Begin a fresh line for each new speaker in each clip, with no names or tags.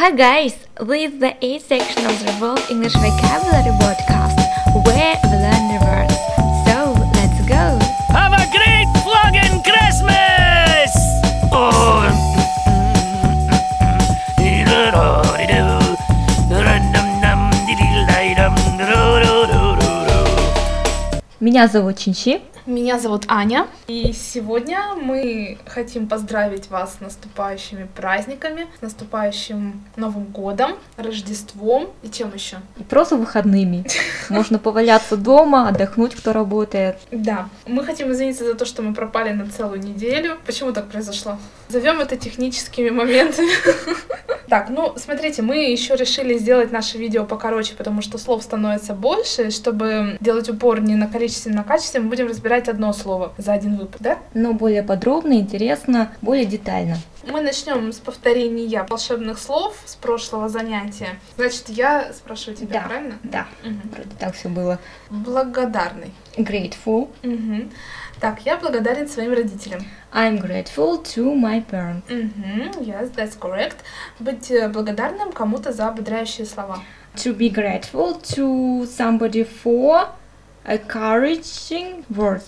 Hi guys! This is the eighth section of the World English Vocabulary Podcast, where we learn the words. So let's go!
Have a great flogging Christmas! Oh. mm-hmm.
Меня зовут Чинчи.
Меня зовут Аня, и сегодня мы хотим поздравить вас с наступающими праздниками, с наступающим Новым годом, Рождеством и чем еще?
И просто выходными. Можно поваляться дома, отдохнуть, кто работает.
Да, мы хотим извиниться за то, что мы пропали на целую неделю. Почему так произошло? Зовем это техническими моментами. Так, ну, смотрите, мы еще решили сделать наше видео покороче, потому что слов становится больше, и чтобы делать упор не на количестве, а на качестве, мы будем разбирать одно слово за один выпуск, да?
Но более подробно, интересно, более детально.
Мы начнем с повторения волшебных слов с прошлого занятия. Значит, я спрашиваю тебя,
Да.
правильно?
Да,
Мгм.
вроде так все было.
Благодарный.
Grateful.
Мгм. Так, я благодарен своим родителям.
I'm grateful to my parents.
Угу, yes, that's correct. Быть э, благодарным кому-то за ободряющие слова.
To be grateful to somebody for encouraging words.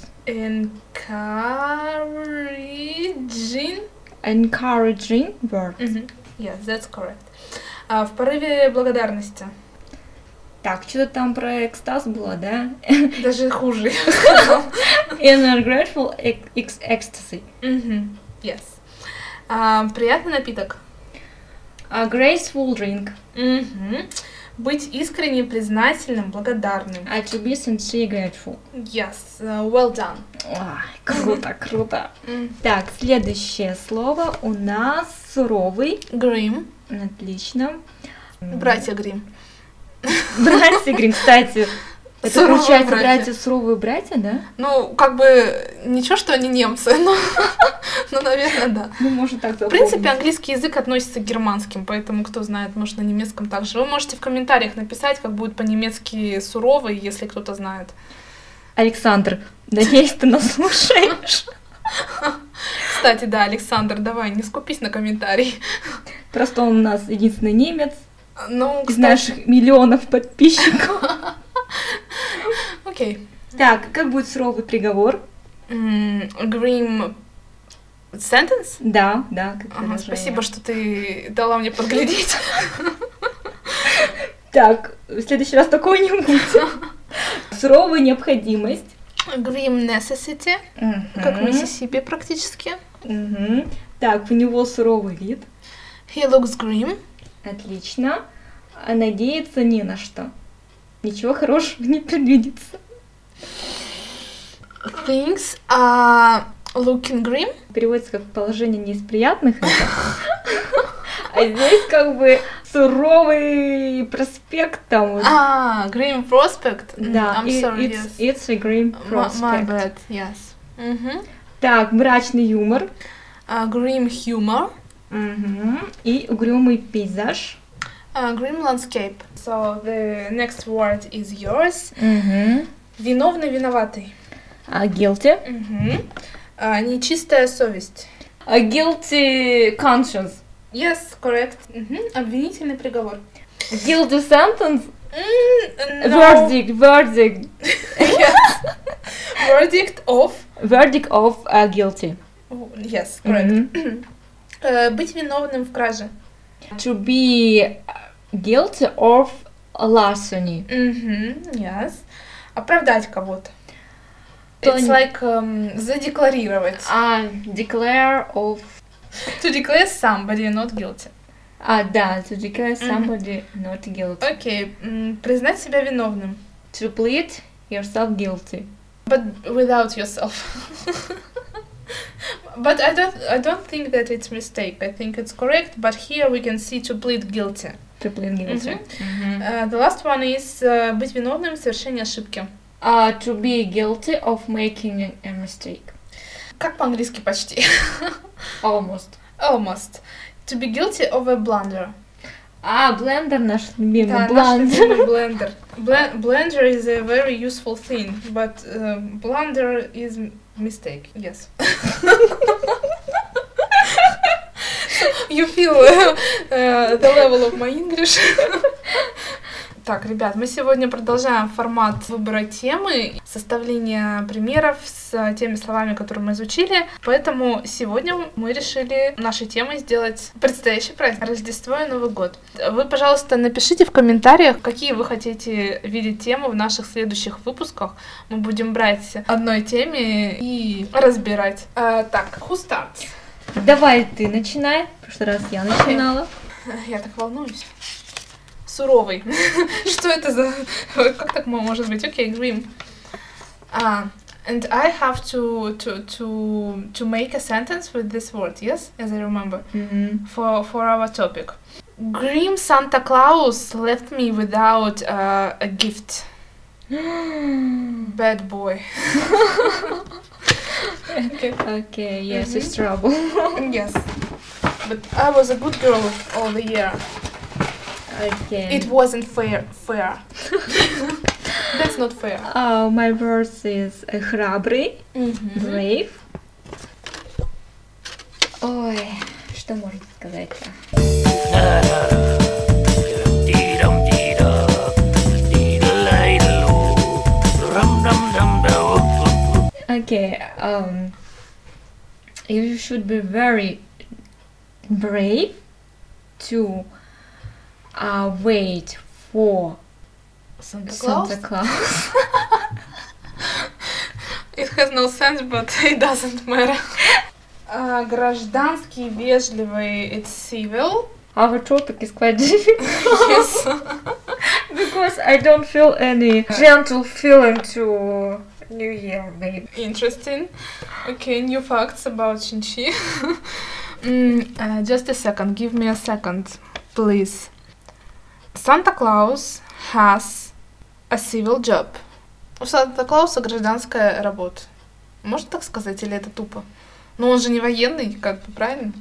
Encouraging.
Encouraging words.
Мгм. Yes, that's correct. А, в порыве благодарности.
Так, что-то там про экстаз было, да?
Даже хуже.
In a grateful э, ec- ex- ecstasy.
Мгм. Yes. А, приятный напиток.
A graceful drink.
Мгм. Быть искренне признательным, благодарным.
А to be sincere grateful.
Yes, uh, well done.
А, круто, круто.
М.
Так, следующее слово у нас суровый.
Грим.
Отлично.
Братья Грим.
Братья Грин, кстати. Это
Суровые
получается
братья.
братья, суровые братья, да?
Ну, как бы, ничего, что они немцы, но, но наверное, да.
Ну, можно так
В принципе, английский язык относится к германским, поэтому, кто знает, может, на немецком также. Вы можете в комментариях написать, как будет по-немецки суровый, если кто-то знает.
Александр, надеюсь, ты нас слушаешь.
Кстати, да, Александр, давай, не скупись на комментарий.
Просто он у нас единственный немец
Ну,
из
кстати,
наших миллионов подписчиков.
окей.
Так, как будет суровый приговор?
М, Grim sentence?
Да, да, как
Ага,
выражение.
спасибо, что ты дала мне подглядеть.
Так, в следующий раз такого не будет. Суровая необходимость.
Grim necessity, как в Миссисипи практически.
Мгм. Так, у него суровый вид.
He looks grim.
Отлично. А надеяться не на что. Ничего хорошего не предвидится.
Things are looking grim.
Переводится как положение не из приятных. это. А здесь как бы суровый проспект там.
А, Green Prospect? М,
Да,
I'm
и-
sorry,
it's,
yes.
it's a green
My- My
prospect.
bad, yes. Мгм.
Так, мрачный юмор.
А, Grim humor.
Мгм. И угрюмый пейзаж.
а, grim landscape. So the next word is yours. Виновный, виноватый.
А guilty?
Мгм. А, нечистая совесть.
A А guilty conscience.
Yes, correct. Мгм. Обвинительный приговор.
Guilty sentence?
М, ну, no.
Verdict, verdict.
Verdict of.
Verdict of a guilty.
Oh, Yes, correct.
Мгм.
Э, быть виновным в краже.
To be guilty of larceny.
Мгм, Yes. Оправдать кого-то. It's
Тони.
like эм, задекларировать.
А, declare of...
To declare somebody not guilty.
А, да, to declare
Мгм.
somebody not guilty.
Окей, м, признать себя виновным.
To plead yourself guilty.
But without yourself. but I don't, I don't think that it's mistake. I think it's correct. But here we can see to plead guilty.
To plead guilty. Мгм.
Uh, the last one is э, быть виновным в совершении ошибки.
А, to be guilty of making a mistake.
Как по-английски почти.
Almost.
Almost. To be guilty of a blunder.
А, блендер наш любимый.
Да,
Бланд.
наш любимый blender. Blen- blender is a very useful thing, but uh, blunder is m- mistake. Yes. You feel э, э, the level of my English. Так, ребят, мы сегодня продолжаем формат выбора темы, составления примеров с теми словами, которые мы изучили. Поэтому сегодня мы решили нашей темой сделать предстоящий праздник Рождество и Новый год. Вы, пожалуйста, напишите в комментариях, какие вы хотите видеть темы в наших следующих выпусках. Мы будем брать одной теме и разбирать. Э, так, who starts?
Давай ты начинай. В прошлый раз я начинала.
Я так волнуюсь. Суровый. Что это за... Как так мо- может быть? Окей, Грим. А, and I have to, to, to, to make a sentence with this word, yes? As I remember.
Мгм.
For, for our topic. Grim Santa Claus left me without uh, a gift. Bad boy.
Окей, yes,
Мгм.
it's trouble.
Yes. But I was a good girl all the year.
Окей.
It wasn't fair. Fair. That's not fair.
Oh, my words is э, храбрый, brave. Ой, что можно сказать-то? Okay, um, you should be very brave to uh, wait for
Santa Claus.
Santa Claus.
It has no sense, but it doesn't matter. А, гражданский, вежливый, it's civil.
Our topic is quite difficult
Yes.
because I don't feel any gentle feeling to New Year, babe.
Interesting. Okay, new facts about Shinchi. Mm, uh, just a second, give me a second, please. Santa Claus has a civil job. У Санта Клауса гражданская работа. Можно так сказать, или это тупо? Но он же не военный, как бы, правильно?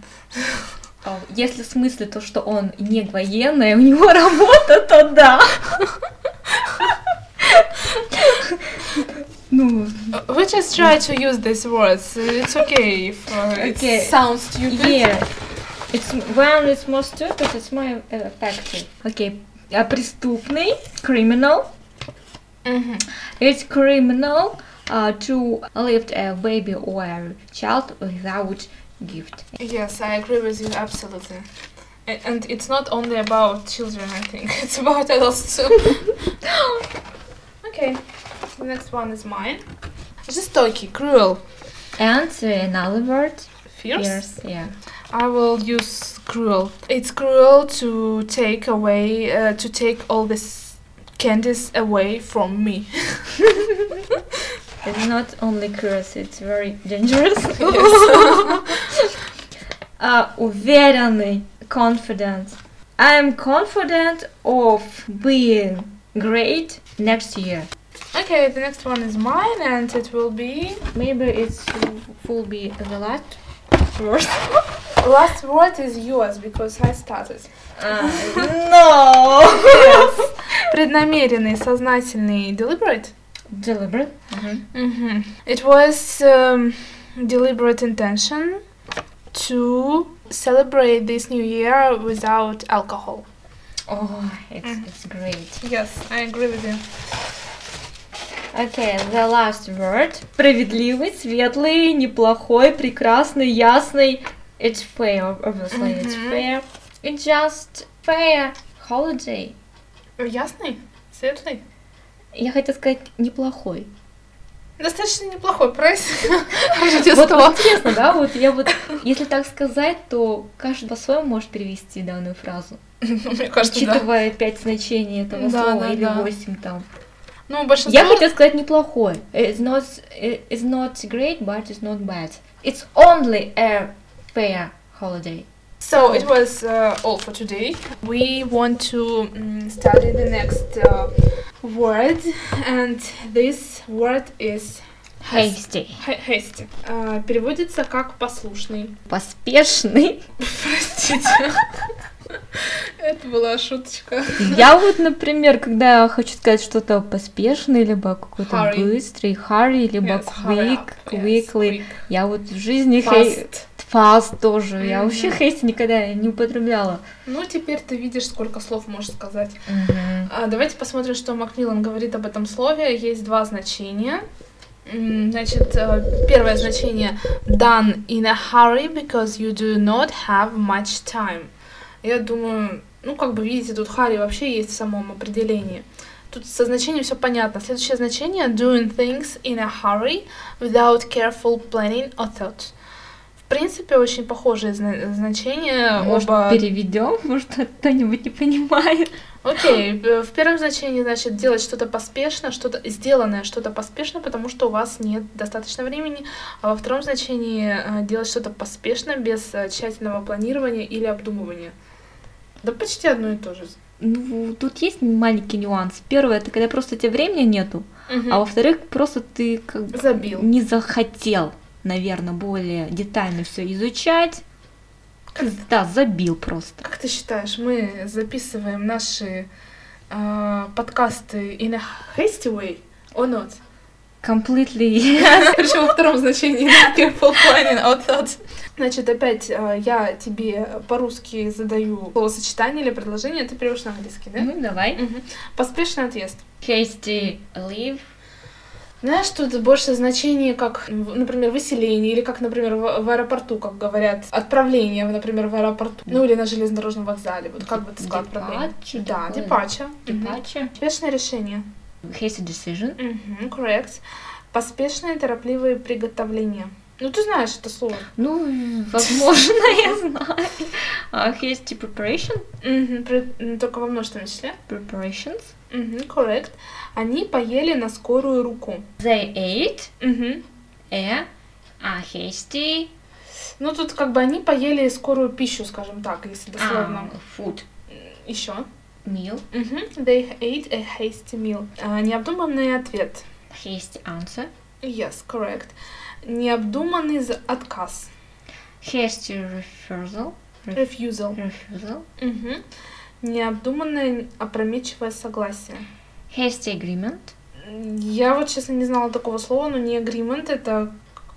А, Если в смысле то, что он не военный, а у него работа, то да. Ну,
Uh, We just try to use these words. It's okay if uh,
Okay.
it sounds stupid.
Yeah. It's when it's more stupid, it's more effective. Okay. А преступный, criminal.
Мгм.
It's criminal uh, to lift a baby or a child without gift.
Yes, I agree with you absolutely. A- And it's not only about children, I think. It's about adults too. okay, the next one is mine. Жестокий, cruel,
And uh, another word,
fierce.
fierce, yeah.
I will use cruel. It's cruel to take away, uh, to take all this candies away from me.
It's not only curse, it's very dangerous. А, уверенный, confident. I am confident of being great next year.
Okay, the next one is mine, and it will be
Maybe it's will be the last word.
last word is yours because I started.
no.
Преднамеренный, сознательный, deliberate.
Deliberate.
Мгм. It was um, deliberate intention to celebrate this new year without alcohol.
Oh, it's it's great.
Yes, I agree with you.
Okay, the last word. Справедливый, светлый, неплохой, прекрасный, ясный. It's fair, obviously. It's
Мгм.
fair. It's just fair holiday.
Ясный? Светлый?
Я хотела сказать неплохой.
Достаточно неплохой прайс.
Вот,
Рождество.
вот интересно, да? Вот я вот, если так сказать, то каждый по-своему может перевести данную фразу.
Мне кажется, да.
учитывая пять значений этого
Да,
слова
да,
или
да.
восемь там.
Ну, большинство...
Я хотела сказать неплохой. It's not, it's not great, but it's not bad. It's only a fair holiday.
So it was uh, all for today. We want to mm, study the next uh, word, and this word is has-
Hasty.
ha- hasty. А, переводится как послушный.
Поспешный.
Простите. Это была шуточка.
Я вот, например, когда хочу сказать что-то поспешный, либо какой-то
Hurry.
быстрый, hurry, либо
Yes, hurry
quick,
up. Yes,
quickly,
quick.
я вот в жизни хей-
Fast.
Fast тоже. Я
Мгм.
вообще hasty никогда не употребляла.
Ну, теперь ты видишь, сколько слов можешь сказать. А, давайте посмотрим, что Макмиллан говорит об этом слове. Есть два значения. М, Значит, э, первое значение done in a hurry because you do not have much time. Я думаю, ну как бы видите, тут hurry вообще есть в самом определении. Тут со значением все понятно. Следующее значение doing things in a hurry without careful planning or thought. В принципе, очень похожие зна- значения.
Может,
А, оба
переведем? Может, кто-нибудь не понимает.
Окей, э, в первом значении, значит, делать что-то поспешно, что-то сделанное, что-то поспешно, потому что у вас нет достаточно времени. А во втором значении э, делать что-то поспешно, без э, тщательного планирования или обдумывания. Да почти одно и то же.
Ну, тут есть маленький нюанс. Первое, это когда просто тебе времени нету, а
Мгм.
во-вторых, просто ты как бы
Забил.
не захотел, наверное, более детально все изучать. Да, забил просто.
Как ты считаешь, мы записываем наши э, подкасты in a hasty way or not?
Completely.
Причем во втором значении not careful planning out thoughts. Значит, опять э, я тебе по-русски задаю словосочетание или предложение, ты переводишь на английский, да?
Ну, давай.
Мгм. Поспешный отъезд.
Hasty leave.
Знаешь, тут больше значение, как, в- например, выселение, или как, например, в, в аэропорту, как говорят, отправление, например, в аэропорту, ну или на железнодорожном вокзале, вот как бы ты сказал отправление?
Departure,
Да,
такое.
депача.
Departure.
Поспешное решение.
Hasty decision.
Мгм, correct. Поспешные торопливые приготовления. Ну, ты знаешь это слово.
Ну, возможно, я знаю. А, Hasty preparation.
Мгм, при- м, только во множественном числе.
Preparations.
Мгм, correct. Они поели на скорую руку.
They ate
Мгм.
a, a hasty
Ну тут как бы они поели скорую пищу, скажем так, если дословно.
um, food
А. Еще.
meal.
They ate a hasty meal. А, необдуманный ответ.
Hasty answer.
Yes, correct. Необдуманный за- отказ.
Hasty refusal.
Refusal.
Refusal.
Мгм. Необдуманное опрометчивое согласие.
Hasty agreement.
Я вот, честно, не знала такого слова, но не agreement, это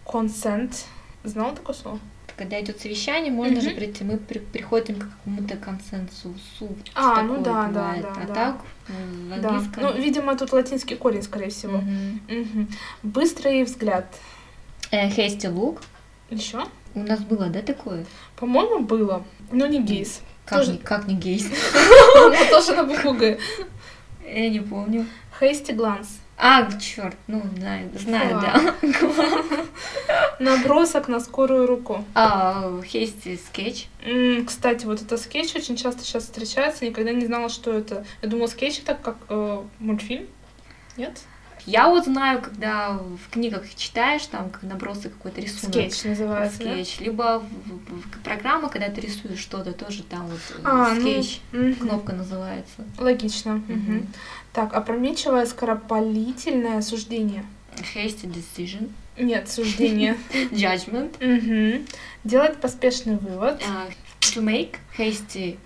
consent. Знала такое слово?
Когда идет совещание, можно же
Мгм.
прийти. Мы при- приходим к какому-то консенсусу.
А,
Такое
ну да, да,
бывает.
да,
А
да.
так в
Да.
английском.
Ну, видимо, тут латинский корень, скорее всего.
Мгм.
Мгм. Быстрый взгляд.
Э, hasty look.
Еще?
У нас было, да, такое?
По-моему, было. Но не гейс.
Как,
Тоже-
не, как не гейс?
Но тоже на букву Г.
Я не помню.
Hasty гланс.
А, черт, ну, знаю, знаю, да.
Набросок на скорую руку.
А, hasty sketch.
М, Кстати, вот это скетч очень часто сейчас встречается. Никогда не знала, что это. Я думала, скетч это как э, мультфильм. Нет?
Я вот знаю, когда в книгах читаешь, там как набросок какой-то рисунок.
Скетч называется. да?
Скетч. Либо в- в- в- программа, когда ты рисуешь что-то, тоже там вот э,
А, ну,
скетч.
мгм.
Кнопка называется.
Логично.
Мгм.
Мгм. Так, опрометчивое скоропалительное суждение.
Hasty decision.
Нет, суждение.
Judgment.
Мгм. Делать поспешный вывод.
э, To make. Hasty.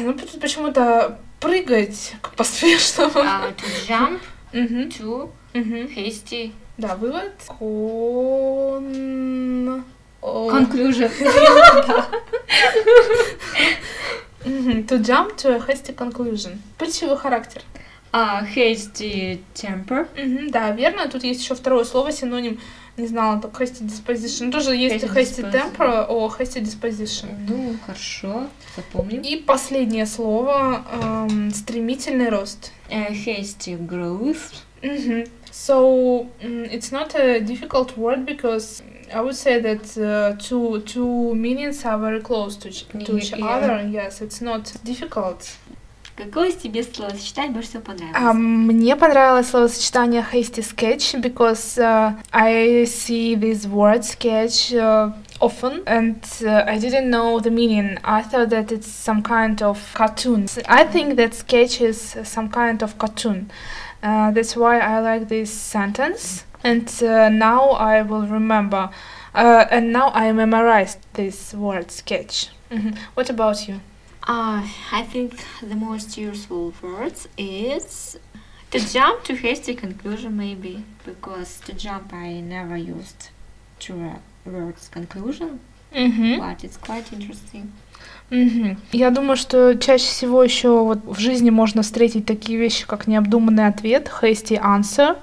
Ну, тут почему-то прыгать к поспешному.
э, To jump.
Мгм,
To
мгм.
hasty.
Да, вывод. Кон... о.
Conclusion.
Мгм, To jump to a hasty conclusion. Притчевый характер.
Э, Hasty temper.
Мгм, Да, верно. Тут есть еще второе слово, синоним. Не знала, так hasty disposition. Тоже есть
Hasty
hasty
disposition.
temper, о hasty disposition.
Ну, хорошо, запомним.
И последнее слово эм, стремительный рост.
Э, Hasty growth.
Мгм. Mm-hmm. So м, it's not a difficult word because I would say that uh, two two meanings are very close to, each- to each
Yeah.
other. Yes, it's not difficult.
Какое тебе словосочетание больше всего понравилось?
А, мне понравилось словосочетание hasty sketch because uh, I see this word sketch uh, often and uh, I didn't know the meaning. I thought that it's some kind of cartoon. I think that sketch is some kind of cartoon. Uh, that's why I like this sentence. And uh, now I will remember. Uh, and now I memorized this word sketch. Мгм. What about you?
Uh, I think the most useful words is to jump to hasty conclusion, maybe because to jump I never used to a word's conclusion.
Мгм.
But it's quite interesting.
Мгм. Я думаю, что чаще всего еще вот в жизни можно встретить такие вещи, как необдуманный ответ, hasty answer,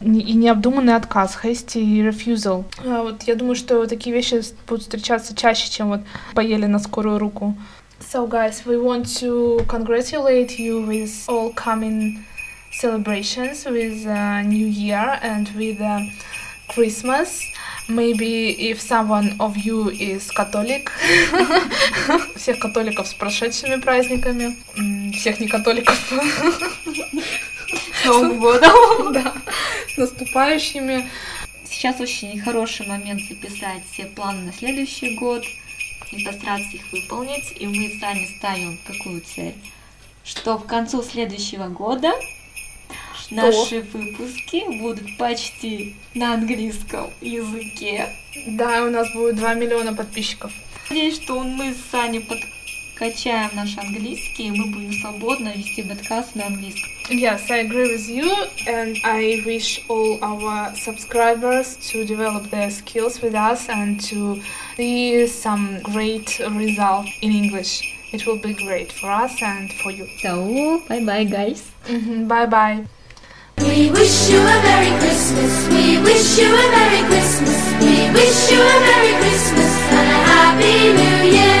не- и необдуманный отказ, hasty refusal. А вот я думаю, что такие вещи с- будут встречаться чаще, чем вот поели на скорую руку. So, guys, we want to congratulate you with all coming celebrations with uh, New Year and with uh, Christmas. Maybe if someone of you is католик, всех католиков с прошедшими праздниками, М, всех некатоликов с Новым годом, да, с наступающими.
Сейчас очень хороший момент записать все планы на следующий год и постараться их выполнить. И мы с вами ставим какую цель? Что к концу следующего года наши выпуски будут почти на английском языке.
Да, у нас будет 2 миллиона подписчиков.
Надеюсь, что мы с Саней подкачаем наш английский, и мы будем свободно вести подкаст на английском.
Yes, I agree with you, and I wish all our subscribers to develop their skills with us and to see some great result in English. It will be great for us and for you.
So, bye-bye, guys!
Bye-bye.
We wish you a Merry Christmas. We wish you a Merry Christmas. We wish you a Merry Christmas and a Happy New Year.